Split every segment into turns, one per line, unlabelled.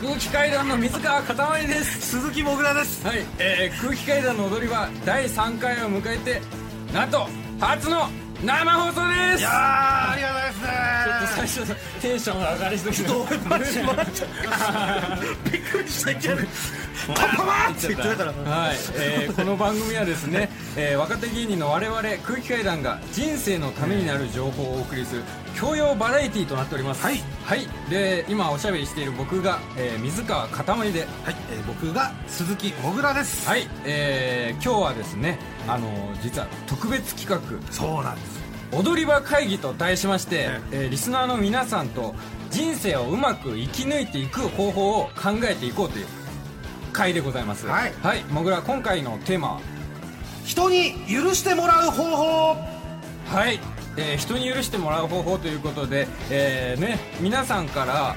空気階段の水川かたまりです
鈴木もぐらです
はい、えー、空気階段の踊り場第3回を迎えてなんと初の生放送です
いやーありがとうござ
ちょっと
います
最初のテンションが上がりすぎてどう
ちょっと待 ってびっくりしたじゃんパパマって言ってたから
はい、えーこの番組はですね、えー若手芸人の我々空気階段が人生のためになる情報をお送りする教養バラエティーとなっております
はい、
はい、で今おしゃべりしている僕が、えー水川かたまりで
はい、えー、僕が鈴木もぐらです
はい、えー今日はですねあの実は特別企画
そうなんです
踊り場会議と題しまして、
ね
えーリスナーの皆さんと人生をうまく生き抜いていく方法を考えていこうという回でございます
はい
もぐら今回のテーマは
人に許してもらう方法
はい、えー人に許してもらう方法ということで、えーね、皆さんから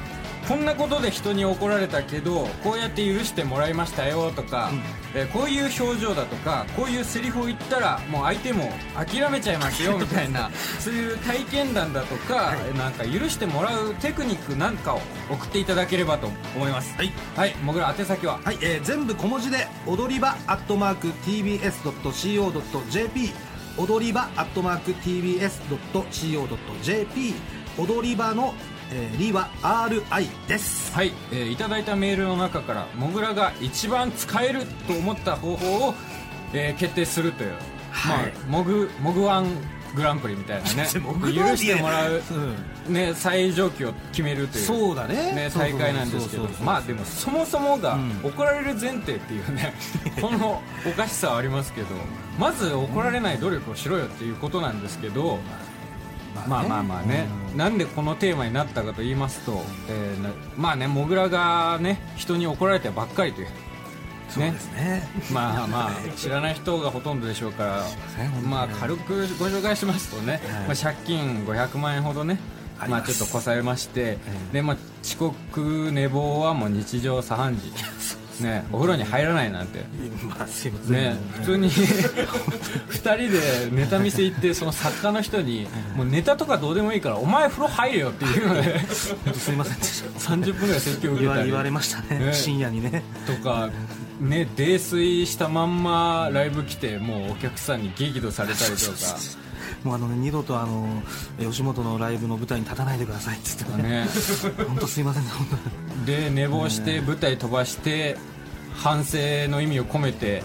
こんなことで人に怒られたけどこうやって許してもらいましたよとか、えーこういう表情だとかこういうセリフを言ったらもう相手も諦めちゃいます よみたいなそういう体験談だとか、えーなんか許してもらうテクニックなんかを送っていただければと思います
はい、
はい、もぐら宛先は
はい、えー、全部小文字で踊り場アットマーク TBS.CO.JP 踊り場アットマーク TBS.CO.JP 踊り場の、えー、りは RI です
はい、えーいただいたメールの中からもぐらが一番使えると思った方法を、えー決定するという、
はい
まあ、もぐもぐワングランプリみたい なね
も
許
ぐらんって
してもらう、
う
ね、最上級を決めるという
そうだね
ね、
そうそ
大
うそう
会なんですけど
そうそうそう
まあでもそもそもが
ん
怒られる前提っていう ね、このおかしさはありますけどまず怒られない努力をしろよっていうことなんですけど、まあまあまあね、なんでこのテーマになったかと言いますと、えーなまあねモグラがね人に怒られてばっかりという。
そうですね
まあまあ知らない人がほとんどでしょうから
せん本当、に
まあ、軽くご紹介しますとね、まあ、借金500万円ほどね
あり
ま
ま
あ、
す
ちょっとこさえまして、でまあ、遅刻、寝坊はもう日常茶飯 事、ね、お風呂に入らないなんて、
まあすいません
ね、普通に 2人でネタ見せ行ってその作家の人にもうネタとかどうでもいいからお前風呂入れよっていうので
本当すいませんでした
30分ぐらい説教受
言
け
わ
たり
言われましたね
ね
深夜にね
とか、ね、泥酔したまんまライブ来てもうお客さんに激怒されたりとか。
もうあのね二度とあのえー吉本のライブの舞台に立たないでくださいって言ってね
ね、
本当すいませんね本当に
で寝坊して舞台飛ばして反省の意味を込めて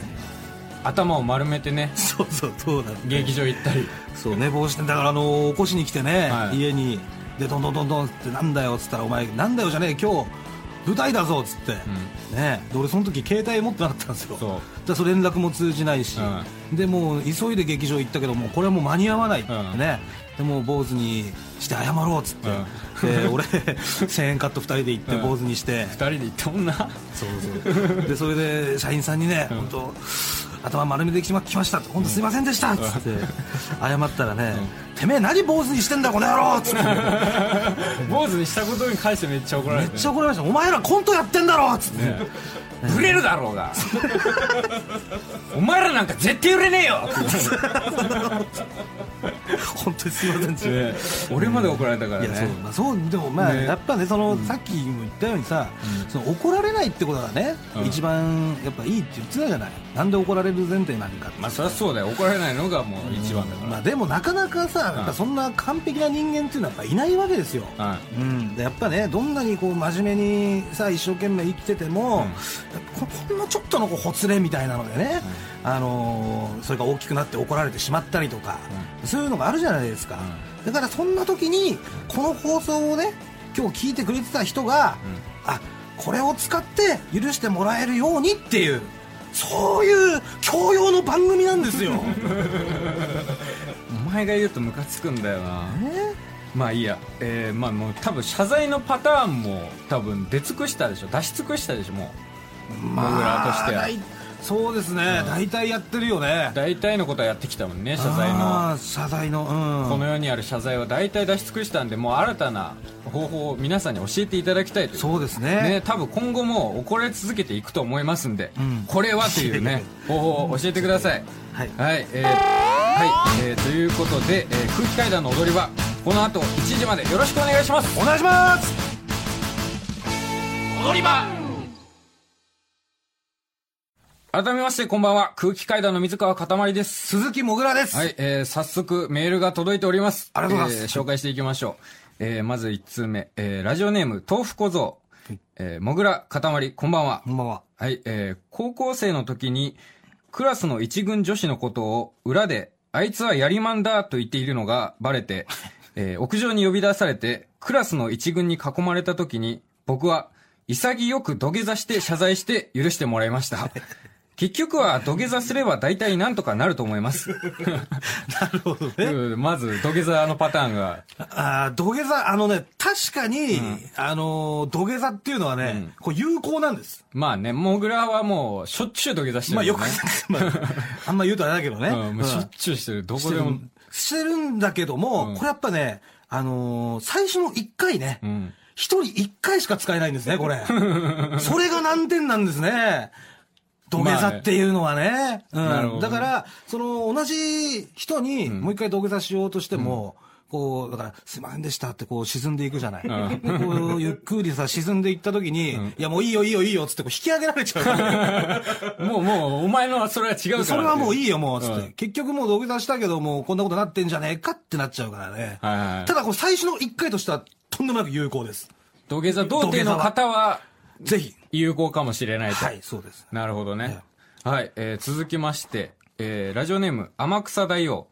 頭を丸めてね
そうそうそうだ
劇場行ったり
そう寝坊してだからあの起こしに来てね、
はい
家にでどんどんどんどんってなんだよっつったらお前なんだよじゃねえ今日舞台だぞっつって、ねで俺その時携帯持ってなかったんですよ
そう
だから連絡も通じないし、
は
でもう急いで劇場行ったけどもうこれはもう間に合わないってね、でもう坊主にして謝ろうっつって、で俺1000円カット2人で行って
うん
坊主にして、
2人で行ったもんな
そうそう でそれで社員さんにね、本当頭丸めてきまきました本当すいませんでしたっつって謝ったらね、てめえ何坊主にしてんだこの野郎っつって
坊主にしたことに関してめっちゃ怒ら
め
れ
ってちゃ怒られましたお前らコントやってんだろっつって、
ね売れるだろうが お前らなんか絶対売れねえよ
本当にすいませんでした、
ね俺まで怒られたから
いやそう
ね
まあ、そうでもまあ、
ね
やっぱねその、さっきも言ったようにさ、その怒られないってことがね、
うん
一番やっぱいいって言ってたじゃないなんで怒られる前提なんかって
まあそりゃそうだよ怒られないのがもう一番だから、
まあ、でもなかなかさ、やっぱそんな完璧な人間っていうのはやっぱいないわけですよ、
は
うん、でやっぱねどんなにこう真面目にさ一生懸命生きてても、
ん
やっぱこほんのちょっとのこうほつれみたいなのでね、あのーそれが大きくなって怒られてしまったりとか、そういうのがあるじゃないですか、だからそんな時にこの放送をね今日聞いてくれてた人が、あこれを使って許してもらえるようにっていうそういう教養の番組なんです よ、
お前が言うとムカつくんだよな
ね
まあいいや、えーまあもう多分謝罪のパターンも多分出尽くしたでしょ出し尽くしたでしょもうモグラとしては
大そうですね、大体やってるよね
大体のことはやってきたもんね謝罪の
あー謝罪のうん
この世にある謝罪は大体出し尽くしたんでもう新たな方法を皆さんに教えていただきたいという
そうですね
ね、多分今後も怒られ続けていくと思いますんで、
ん
これはという ね方法を教えてください
はい
はいえーはいえーということで、えー空気階段の踊り場この後1時までよろしくお願いします
お願いします
踊り場
踊り場
改めまして、こんばんは。空気階段の水川かたまりです。
鈴木もぐらです、
はい、えー早速メールが届いております。
ありがとうございます
えー紹介していきましょう。えーまず1通目、えーラジオネーム、豆腐小僧。えーもぐらかたまり、こんばんは
こ。んばんは
はい、えー高校生の時に、クラスの一軍女子のことを裏で、あいつはやりまんだと言っているのがバレて、 えー屋上に呼び出されて、クラスの一軍に囲まれた時に、僕は、潔く土下座して謝罪して許してもらいました。 結局は土下座すれば大体なんとかなると思い ます。
なるほどね
うんまず土下座のパターンが、
あー土下座、あのね、確かに、あのー土下座っていうのはね、こう有効なんです。
まあね、モグラはもうしょっちゅう土下座してる
まあ
もんね、
よく、 まあ、 あんま言うとあれだけどね。
うんもうしょっちゅうしてる。ど
し
こ
て
で
る
も。
してるんだけども、これやっぱね、あのー最初の1回ね
ん、
一、人1回しか使えないんですね、これ。 それが難点なんですね。土下座っていうのはね。
なるほどね
うん、だから、その、同じ人に、もう一回土下座しようとしても、こう、だから、すいませんでしたってこう沈んでいくじゃない。でこう、ゆっくりさ、沈んでいった時に、いや、もういいよいいよいいよっつってこう引き上げられちゃ うからね。
もうもう、お前のはそれは違うから、
それはもうい
い。
いよ、もう、つって。
うん
結局もう土下座したけど、もうこんなことなってんじゃねえかってなっちゃうからね。
はいはいはい
ただ、こう、最初の1回としては、とんでもなく有効です。
土下座童貞の方は
ぜひ。
有効かもしれないと。
はい、そうです。
なるほどね。はい、えー続きまして、えーラジオネーム、天草大王。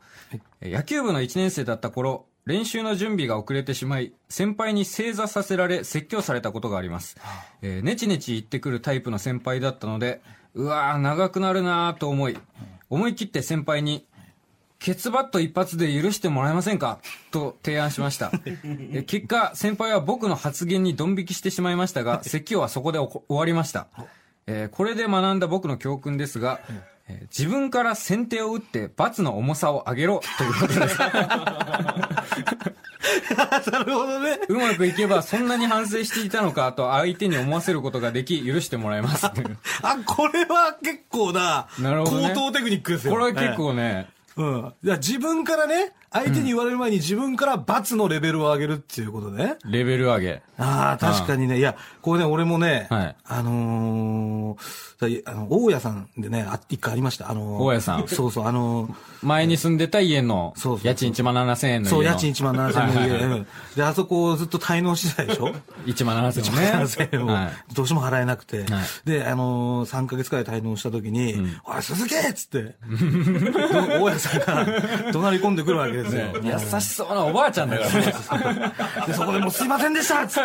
えー野球部の1年生だった頃、練習の準備が遅れてしまい、先輩に正座させられ、説教されたことがあります。えーネチネチ言ってくるタイプの先輩だったので、うわー、長くなるなーと思い、思い切って先輩に、ケツバット一発で許してもらえませんかと提案しました。え結果、先輩は僕の発言にドン引きしてしまいました が、説教はそこでおこ終わりました。えーこれで学んだ僕の教訓ですが、えー自分から先手を打って罰の重さを上げろということ です。
なるほどね。
うまくいけばそんなに反省していたのかと相手に思わせることができ、許してもらえます。
あ、これは結構な、
なるほどね
高等テクニックですよ。
これは結構ね、
ええ。うん。いや自分からね、相手に言われる前に自分から罰のレベルを上げるっていうことね。
レベル上げ。
ああ、確かにね。いや、これね、俺もね、
はい
あのーだあの、大家さんでね、あ一回ありました。あのー
大家さん
そうそう、あのー
前に住んでた家の
そうそう、そう
家賃1万7000円の家の。
そう、家賃1万7000円の
はい
家。
は
うんで、あそこをずっと滞納してたでしょ
い1万7000
?1
円
万
ね。
7000円
はい
を。どうしても払えなくて
はい。
で、あのー、3ヶ月くらい滞納した時に、おい、鈴木っつって、 大家さんが怒鳴り込んでくるわけですよ。
優しそうなおばあちゃんだからね。
で、そこでもうすいませんでしたっつっ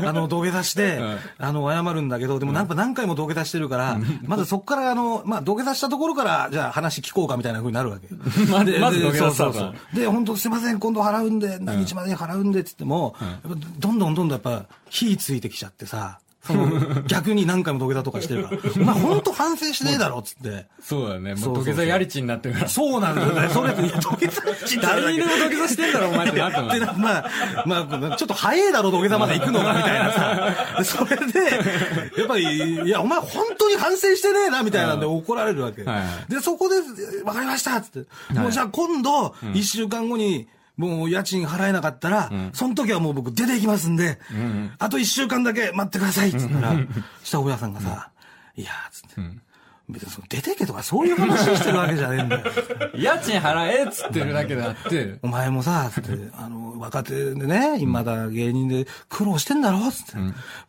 あの、土下座して、あの、謝るんだけど、でもなんか何回も土下座してるから、まずそこから、あの、まあ、土下座したところから、じゃあ話聞こうかみたいな風になるわけ。
まず
で
まず
で
土下座した
そ
の
う
か
そうそう。で、本当すいません、今度払うんで、何日までに払うんでって言っても、やっぱどんどんどんどんやっぱ、火ついてきちゃってさ、その逆に何回も土下座とかしてるから、お前本当反省しねえだろっつって。
そうだね。もう
そうそ
土下
う
座やりちになってるから。
そうなんだよね。それ、いや土下座し
誰にでも土下座してんだろ、お前ってなってる。
でなまあ、まあ、ちょっと早いだろ、土下座まで行くのが、みたいなさ。 でそれで、やっぱり、いや、お前本当に反省してねえな、みたいなんで怒られるわけ。
はい
で、そこで、わかりましたっつって。もうじゃあ今度、一週間後に、もう家賃払えなかったら、その時はもう僕出て行きますんで、あと一週間だけ待ってくださいっつったら、そしたら親さんがさ、いやーっつって。別にその出てけとかそういう話をしてるわけじゃねえんだよ。
家賃払えっつってるだけであって。
お前もさ、つって、あの、若手でね、今だ芸人で苦労してんだろつって、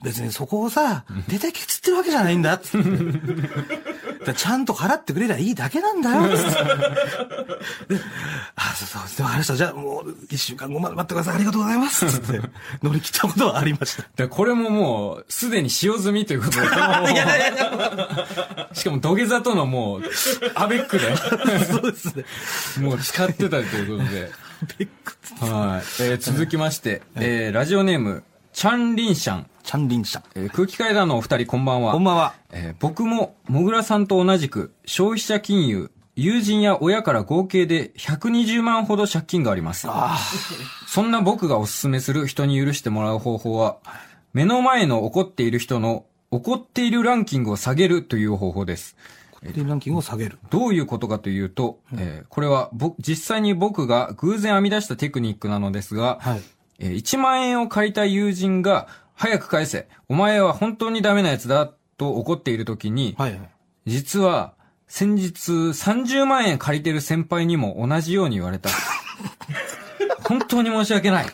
別にそこをさ、出てけっつってるわけじゃないんだつって。だからちゃんと払ってくれりゃいいだけなんだよつって。であ、そうそう、わかりました。じゃあもう、一週間後まで待ってください。ありがとうございます。つって、乗り切ったことはありま した。
でこれももう、すでに使用済みということ で、この
いやいやいや、
しかも土下座とのもう、アベックで、
そうですね。
もう使ってたということで。
びっくり。
はい。えー続きまして、えーラジオネーム、チャンリンシャン。
チャンリン社。
えー空気階段のお二人、こんばんは。
こんばんは。
えー僕も、もぐらさんと同じく、消費者金融、友人や親から合計で120万ほど借金があります。そんな僕がおすすめする人に許してもらう方法は、目の前の怒っている人の怒っているランキングを下げるという方法です。
固定ランキングを下げる。
どういうことかというと、えーこれは僕、実際に僕が偶然編み出したテクニックなのですが、
はい
えー1万円を借りた友人が、早く返せ。お前は本当にダメなやつだ。と怒っている時に、
はいはい
実は、先日30万円借りてる先輩にも同じように言われた。 本当に申し訳ない。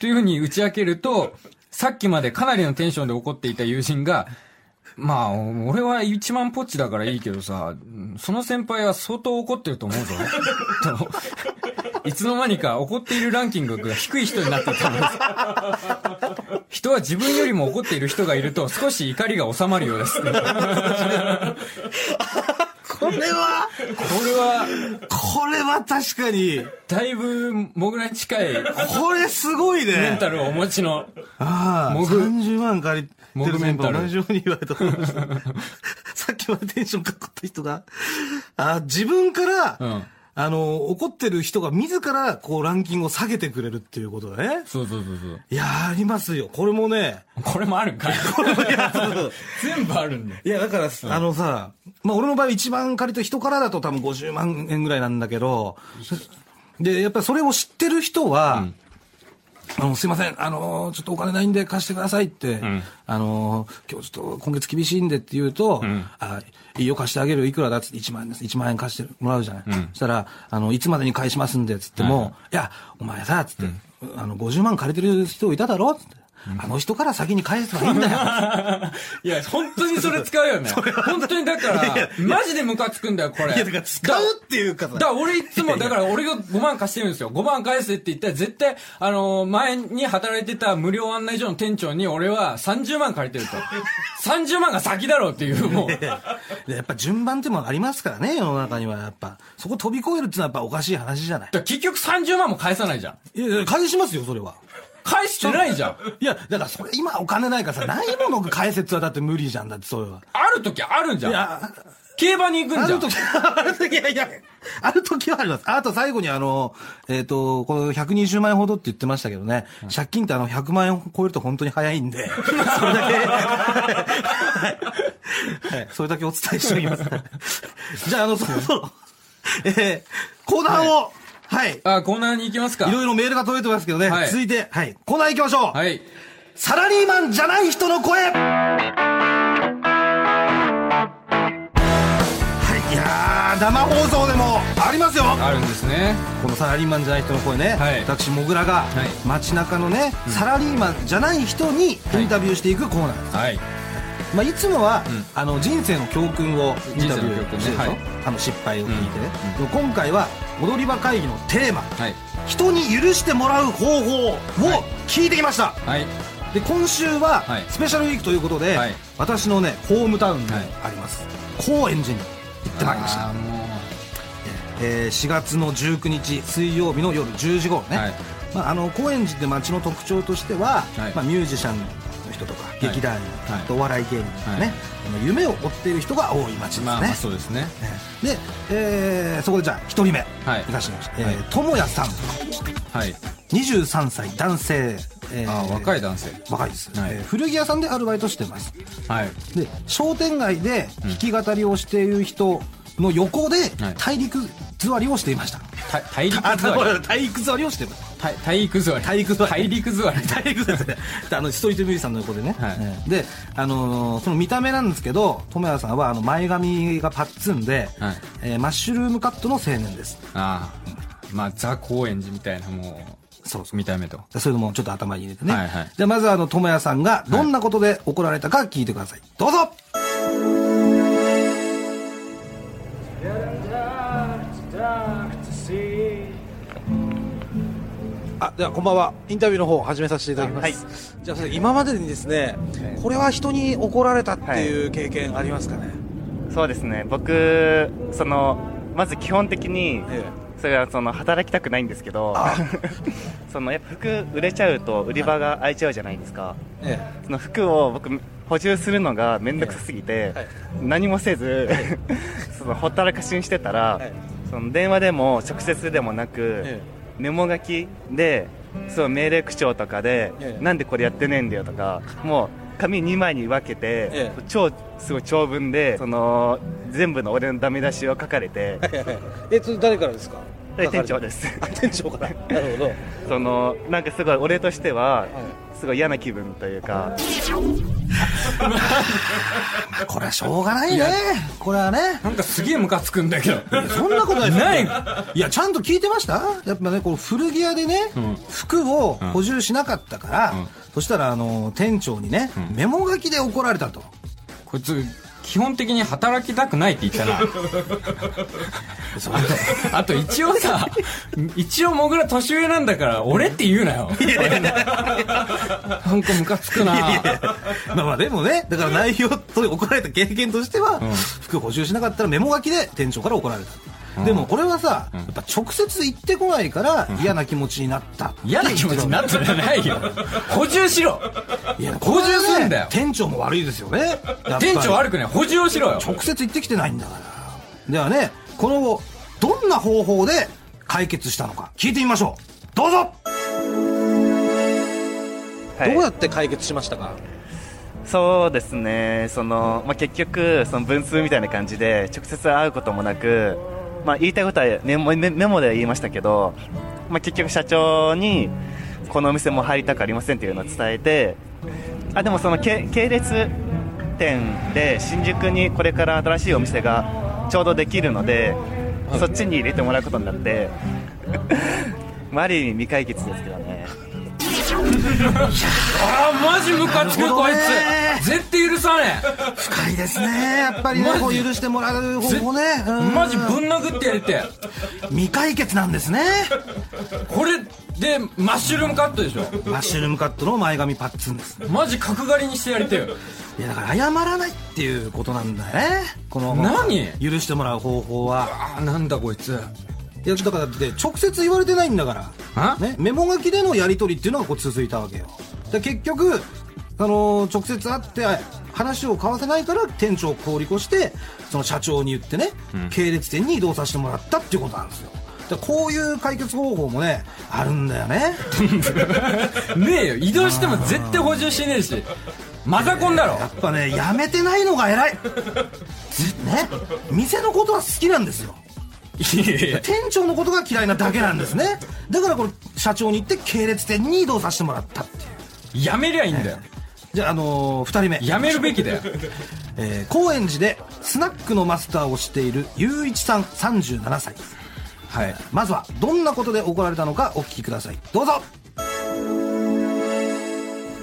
というふうに打ち明けると、さっきまでかなりのテンションで怒っていた友人が、まあ、俺は一万ポッチだからいいけどさ、その先輩は相当怒ってると思うぞ。と、いつの間にか怒っているランキングが低い人になっていたんです。人は自分よりも怒っている人がいると少し怒りが収まるようです。
これは
これは、
これは確かに
だいぶ、モグラに近い、
これすごいね
メンタルをお持ちの。
ああ、
モグ
30万借りて
モグ
る先輩
メンタル
同じように言われたと思いましたさっきまでテンションかかった人が、あ自分から、
うん
あの、怒ってる人が自ら、こう、ランキングを下げてくれるっていうことだね。
そうそうそうそう。
いやー、ありますよ。これ もね、
これもあるんかい。全部あるんだよ。
いや、だから、あのさ、まあ、俺の場合1万借りた人からだと多分50万円ぐらいなんだけど、で、やっぱりそれを知ってる人は、あの、すいません、あのーちょっとお金ないんで貸してくださいって、
ん
あのー今日ちょっと今月厳しいんでって言うと、
ん
あいいよ貸してあげる、いくらだっつって1万円です、1万円貸してもらうじゃない。そしたら、あの、いつまでに返しますんでっつっても、いや、お前さ、つって、あの、50万借りてる人いただろつって、あの人から先に返せばいいんだよ。
いや、本当にそれ使うよね。本当にだから、マジでムカつくんだよ、これ。
いや、だから使うっていうかさ
だから俺いつも、だから俺が5万貸してるんですよ。5万返せって言ったら絶対、あのー前に働いてた無料案内所の店長に俺は30万借りてると。30万が先だろうっていう、もう。
でやっぱ順番ってものがありますからね、世の中にはやっぱ。そこ飛び越えるってのはやっぱおかしい話じゃない。
だから結局30万も返さないじゃん。
いやいや、返しますよ、それは。
返してないじゃん。
いや、だからそれ今お金ないからさ、ないものが返せって言ったらだって無理じゃんだって、それは。
ある時あるんじゃん。
いや、
競馬に行くん
あ
じゃ
る
ん。
時、ある時、いやいや、 ある時はあります。あと最後にあの、えっ、と、この120万円ほどって言ってましたけどね、借金ってあの100万円を超えると本当に早い んで、それだけ、はいはいそれだけお伝えしてお きます。じゃあ、あの、そろそろ、えー、コーナーを、はい、
あ、コーナーに行きますか
い。ろいろメールが届いてますけどね、
はい
続いて、はい、コーナー行きましょう。
はい。
サラリーマンじゃない人の声はい、いやー、生放送でもありますよ
あるんですね。
このサラリーマンじゃない人の声ね、
はい
私、もぐらが、
い
街中のね、サラリーマンじゃない人にインタビューしていくコーナーです、
はい。
まあ、いつもは、
ん
あの人生の教訓をインタビュ
人生の教訓ね
ーしてるでしょ、
はい
あの失敗を聞いてね、でも今回は踊り場会議のテーマ
はい。
人に許してもらう方法を聞いてきました、
はい。
で今週は
はい
スペシャルウィークということで、
はい
私のねホームタウンに
はい
あります、高円寺に行ってまいりました
あーも
えー4月の19日水曜日の夜10時頃ね、
はい
まあ、あの高円寺って街の特徴としては、
はい
まあ、ミュージシャンの人とか
い
劇団員、
はい
あとお笑い芸人とかね、
はい
あの夢を追っている人が多い街で
う
すね、
まあ、まあ、そうですね。
えーで、えーそこでじゃあ1人目、
はい
行かせてもらいました、
はい
えー智也さん
はい。
23歳男性、えー
あー、若い男性。
若いです、
はい
えー古着屋さんでアルバイトしてます
はい。
で商店街で弾き語りをしている人の横で
はい
大陸座りをしていました、
た大陸
あ
座り。
た体育座りをしていました
た体育座り。
体育座り
大陸座り。
体育座りですねであのストリートミュージシャンの横でね、
はい
ええで、あのーその見た目なんですけど智也さんはあの前髪がパッツンで、
はい
えーマッシュルームカットの青年です
ああ。まあ、ザ・高円寺みたいな、も、
そうそう
見た目と。
うそういうのもちょっと頭に入れてね、
はいはい
じゃあまずあの智也さんがどんなことで怒られたか聞いてください、どうぞあではこんばんはインタビューの方を始めさせていただきます、じゃあそれ今までにですねこれは人に怒られたっていう経験ありますかね、
そうですね僕そのまず基本的に
え
それはその働きたくないんですけど そのやっぱ服売れちゃうと売り場が空いちゃうじゃないですか
え
その服を僕補充するのが面倒くさすぎて、
はい
何もせず、 そのほったらかしにしてたら、
はい
その電話でも直接でもなく、
え
メモ書きでそう命令口調とかで、
ええ
なんでこれやってねえんだよとかもう紙2枚に分けて、
ええ
超すごい長文でその全部の俺のダメ出しを書かれて
えそれ誰からですか
で店長です
店長からなるほど
そのなんかすごい俺としては、すごい嫌な気分というか
これはしょうがないねこれはね
なんかすげえムカつくんだけど
いやそんなことないです よ
ない
いやちゃんと聞いてましたやっぱねこの古着屋でね、
ん
服を補充しなかったから、
うん
そしたらあの店長にね、メモ書きで怒られたと
こいつ基本的に働きたくないって言ったな
それで
あと一応さ一応もぐら年上なんだから俺って言うなよなんかムカつくな
まあまあでもねだから内容と怒られた経験としては、服補充しなかったらメモ書きで店長から怒られた、でもこれはさ、やっぱ直接言ってこないから嫌な気持ちになった、
嫌な気持ちになってないよ補充しろ
いや
補充すんだよ
これはね店長も悪いですよねやっぱり
店長悪くない補充をしろよ
直接言ってきてないんだからではねこの後どんな方法で解決したのか聞いてみましょうどうぞ、
はい
どうやって解決しましたか
そうですね、そのまあ、結局、その文通みたいな感じで直接会うこともなく、まあ、言いたいことはメモメメモでは言いましたけど、まあ、結局、社長にこのお店も入りたくありませんっていうのを伝えて、あでもそのけ系列店で新宿にこれから新しいお店がちょうどできるので、そっちに入れてもらうことになって、 まあある意味未解決ですけどね。
あーマジムカつくこいつ絶対許さね
深いですねやっぱりね
マジ
こう許してもらう方
えぜ
法ねうん
マジぶん殴ってやりてえ
未解決なんですね
これでマッシュルームカットでしょ
マッシュルームカットの前髪パッツンです
マジ角刈りにしてやりてえよ
いやだから謝らないっていうことなんだよねこの
何
許してもらう方法は
あーなんだこいつ
いやだからだって直接言われてないんだか
あ
ら、ね、メモ書きでのやり取りっていうのがこう続いたわけよで結局、あのー直接会って話を交わせないから店長を通り越してその社長に言ってね、系列店に移動させてもらったっていうことなんですよだからこういう解決方法もねあるんだよね
ねえよ移動しても絶対補充しねえしマザコンだろ
やっぱ ねやめてないのが偉いね店のことは好きなんですよ
いやいや
店長のことが嫌いなだけなんですねだからこれ社長に言って系列店に移動させてもらったっていう
やめりゃいいんだよ
じゃあ、あのー、2人目、
やめるべきだよ
えー高円寺でスナックのマスターをしている雄一さん37歳
はい
まずはどんなことで怒られたのかお聞きくださいどうぞ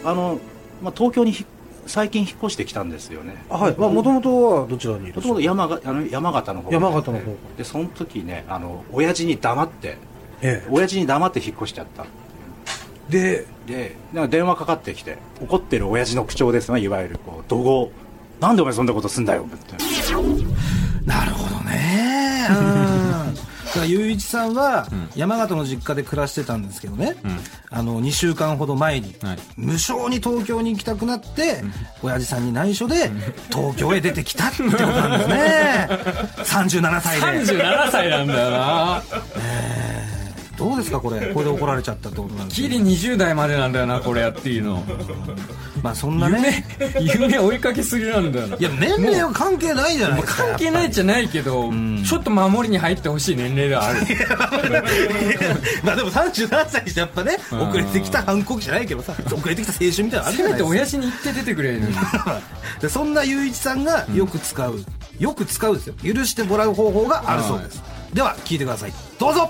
あの、まあ、東京にひ最近引っ越してきたんですよね。
はい、まあ、もともとはどちらにい
も
らっ
と
しゃ
もと山が
る
あの山形の方
山形の方
でその時ねあの親父に黙って
え
親父に黙って引っ越しちゃった
え、で、
でなんか電話かかってきて怒ってる親父の口調ですねいわゆるこう怒号なんでお前そんなことすんだよって
なるほどねうん だから雄一さんは山形の実家で暮らしてたんですけどね、あの2週間ほど前に
はい
無償に東京に行きたくなって、親父さんに内緒で東京へ出てきたってことなんですね37歳で
37歳なんだよな
どうですかこれこれで怒られちゃったってことなんですけ
ギ
ど
リ20代までなんだよなこれやっていいの
まあそんな
夢
ね。
夢追いかけすぎなんだよない
や、年齢は関係ないじゃないですか。
関係ないじゃないけどちょっと守りに入ってほしい年齢ではある
まあでも37歳にしてやっぱね、
ん
遅れてきた反抗期じゃないけどさ、遅れてきた青春みたいなのあるじ
せめ
ゃない
て
です
親父に言って出てくれるのに
か。でそんな雄一さんがよく使う、よく使うですよ。許してもらう方法があるそうです。では、聞いてください。どうぞ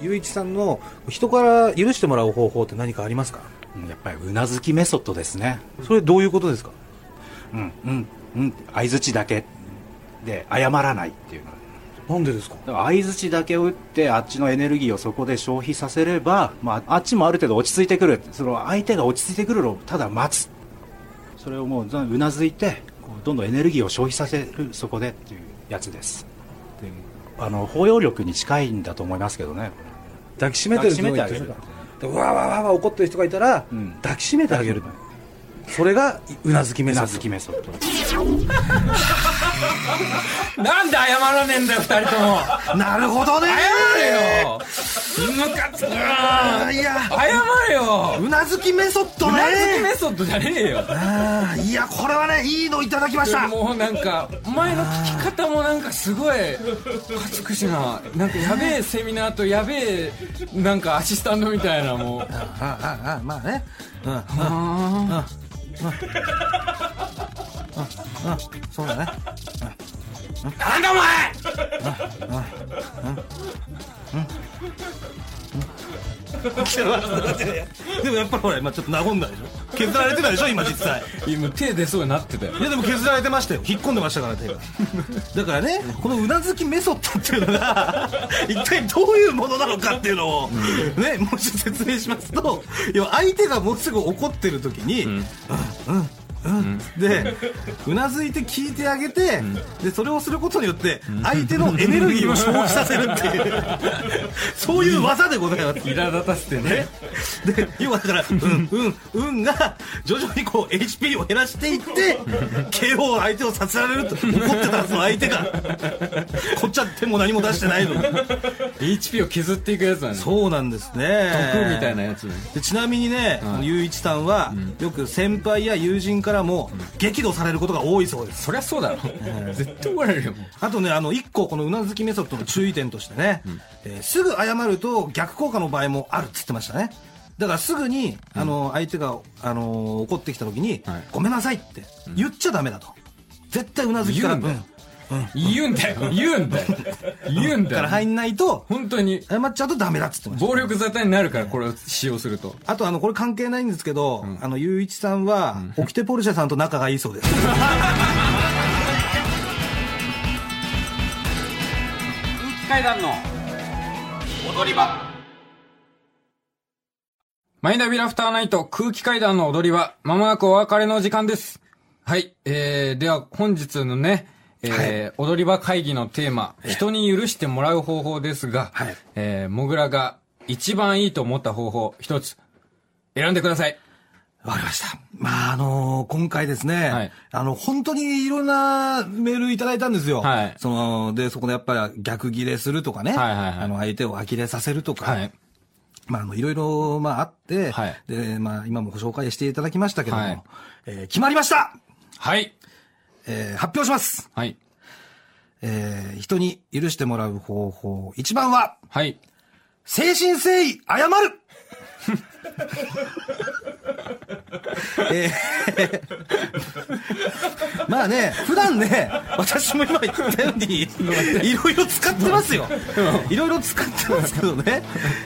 ゆういちさんの人から許してもらう方法って何かありますか
うんやっぱりうなずきメソッドですね
それどういうことですか
うんうんうん相づちだけで謝らないっていうの
なんでですか
だから相づちだけを打ってあっちのエネルギーをそこで消費させれば、まあ、あっちもある程度落ち着いてくるその相手が落ち着いてくるのをただ待つそれをもうざうなずいてこうどんどんエネルギーを消費させるそこでっていうやつですであの包容力に近いんだと思いますけどね
抱きしめてるつもり
抱きしめてあ
でうわわわわ怒ってる人がいたら、
うん
抱きしめてあげるそれがうなずき
う
目
な
指
ず
す
きメソッド
なんで謝らねえんだよ二人とも
なるほどね
謝れよムカつく
あーいや
謝れよ
うなずきメソッド
う
ね
なずきメソッドじゃねえよ
あーいやこれはねいいのいただきました
もうなんかお前の聞き方もなんかすごいかつくしななんかやべえセミナーとやべえなんかアシスタントみたいなもう
ああああまあねうんうん
あ
そうだね
ーなんだお前
でもやっぱりほら今ちょっと和んだでしょ削られてたでしょ今実際
今手出そうになってたよ
いやでも削られてましたよ引っ込んでましたから 手がだからねこのうなずきメソッドっていうのが 一体どういうものなのかっていうのを、ねもし説明しますと要は相手がもうすぐ怒ってる時に、うんうんうん、でうなずいて聞いてあげて、でそれをすることによって相手のエネルギーを消費させるっていう そういう技でございます
苛立たせてね
ね、 で要はだから、うん、うん、うんが徐々にこう HP を減らしていって KO を相手をさせられると怒ってたんですよ相手がこっちは手も何も出してないのに
HP を削っていくやつなんだう
そうなんですね
みたいなやつね
でちなみにね、ゆういちさんは、よく先輩や友人からも激怒されることが多いそうです
そりゃそうだろ絶対怒られるよもう
あとね、あの、一個、このうなずきメソッドの注意点としてね、えーすぐ謝ると逆効果の場合もあるって言ってましたね。だからすぐに、あの、相手が、あのー怒ってきた時に、
はい
ごめんなさいって言っちゃダメだと。絶対うなずきから、
言うんだよ
うんうん
言うんだよ言うんだよ言うんだよ
から入んないと、
本当に
謝っちゃうとダメだって言ってました。
暴力沙汰になるからこれを使用すると
あと、あの、これ関係ないんですけど、あの、ゆういちさんは、オキテポルシェさんと仲がいいそうです。
階段の踊り場
マイナビラフターナイト空気階段の踊りは、まもなくお別れの時間です。はい。えー、では本日のね、えー踊り場会議のテーマ、人に許してもらう方法ですが、
はい
えー、モグラが一番いいと思った方法、一つ、選んでください。
わかりました。まあ、あの今回ですね、
はい
あの、本当にいろんなメールいただいたんですよ。
はい
その、で、そこでやっぱり逆ギレするとかね、
はいはいはい
あの、相手を呆れさせるとか、
はい。
まあ、あの、いろいろ、まあ、あって、
はい
で、まあ、今もご紹介していただきましたけども、
はい
えー決まりました
はい。
えー発表します
はい。
えー人に許してもらう方法、一番は、
はい。
誠心誠意謝るえーまあね、普段ね、私も今言ったように、いろいろ使ってますよ。いろいろ使ってますけどね。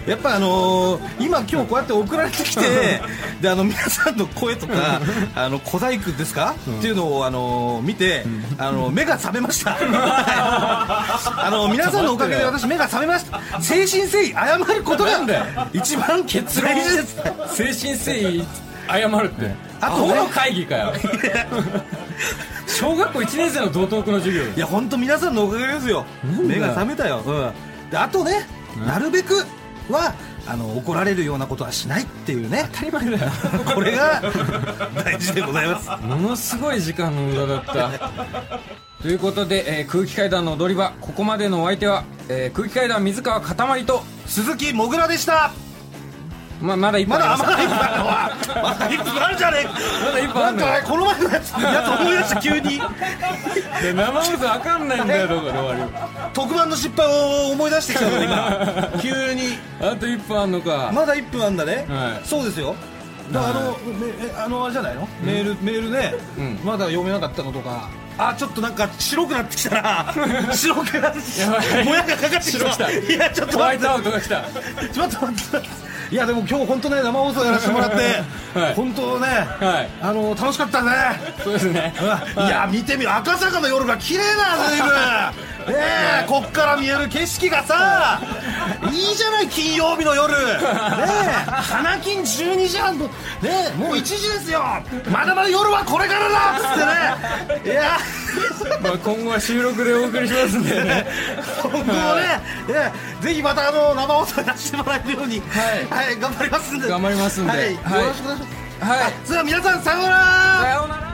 やっぱあのー今今日こうやって送られてきて、で、あの、皆さんの声とか、あの、小細工ですか、っていうのを、あのー見て、あの、目が覚めました。あの、皆さんのおかげで私目が覚めました。誠心誠意謝ることが、一番結論です。
精神誠意、謝るって。
あ
あ
と
と、
ね
の会議 かよ。小学校1年生の道徳の授業
いや本当皆さんのおかげですよ
だ
目が覚めたよ、うん、であとね、なるべくはあの怒られるようなことはしないっていうね当たり前だよ これが大事でございます
ものすごい時間の無駄だったということで、えー空気階段の踊り場ここまでのお相手は、えー空気階段水川かたまりと、
鈴木もぐらでした
ままだ一
ま
本
だ
あ
あ
り
ま
ます
だ一本あるのはまだ一本あるじゃねえ
まだ一本あるの
なんかこの前のやつやつ思い出した急に
で生放送わかんないんだよだから終わ
特番の失敗を思い出してきたの 今急に
りあと一本あんのか、
まだ1分あんだね、
はい
そうですよだからあの、めえあのあれじゃないの、メールメールね、
うん
まだ読めなかったのとかあちょっとなんか白くなってき たな白くなってき
やば
た
い
もやがかかってき
白
た
きた
いやちょっと
ホワイ
待って
トアウトが来た
ちょっと待っていやでも今日本当ね生放送やらせてもらって、
はい
本当ね、
はい
あの楽しかったね
そうですね
うわいや見てみろ赤坂の夜が綺麗だ 随分ねえこっから見える景色がさいいじゃない金曜日 の夜ねえ花金12時半のねえもう1時ですよまだまだ夜はこれからだっつってね いや
まあ、今後は収録でお送りしますんでね
今後もね、ねぜひまたあの生放送やらせてもらえるように、はい頑張りますんで
頑張りますんで
はい、
はい
よろしくお願いします、
はい
それでは皆さんさようなら
さようなら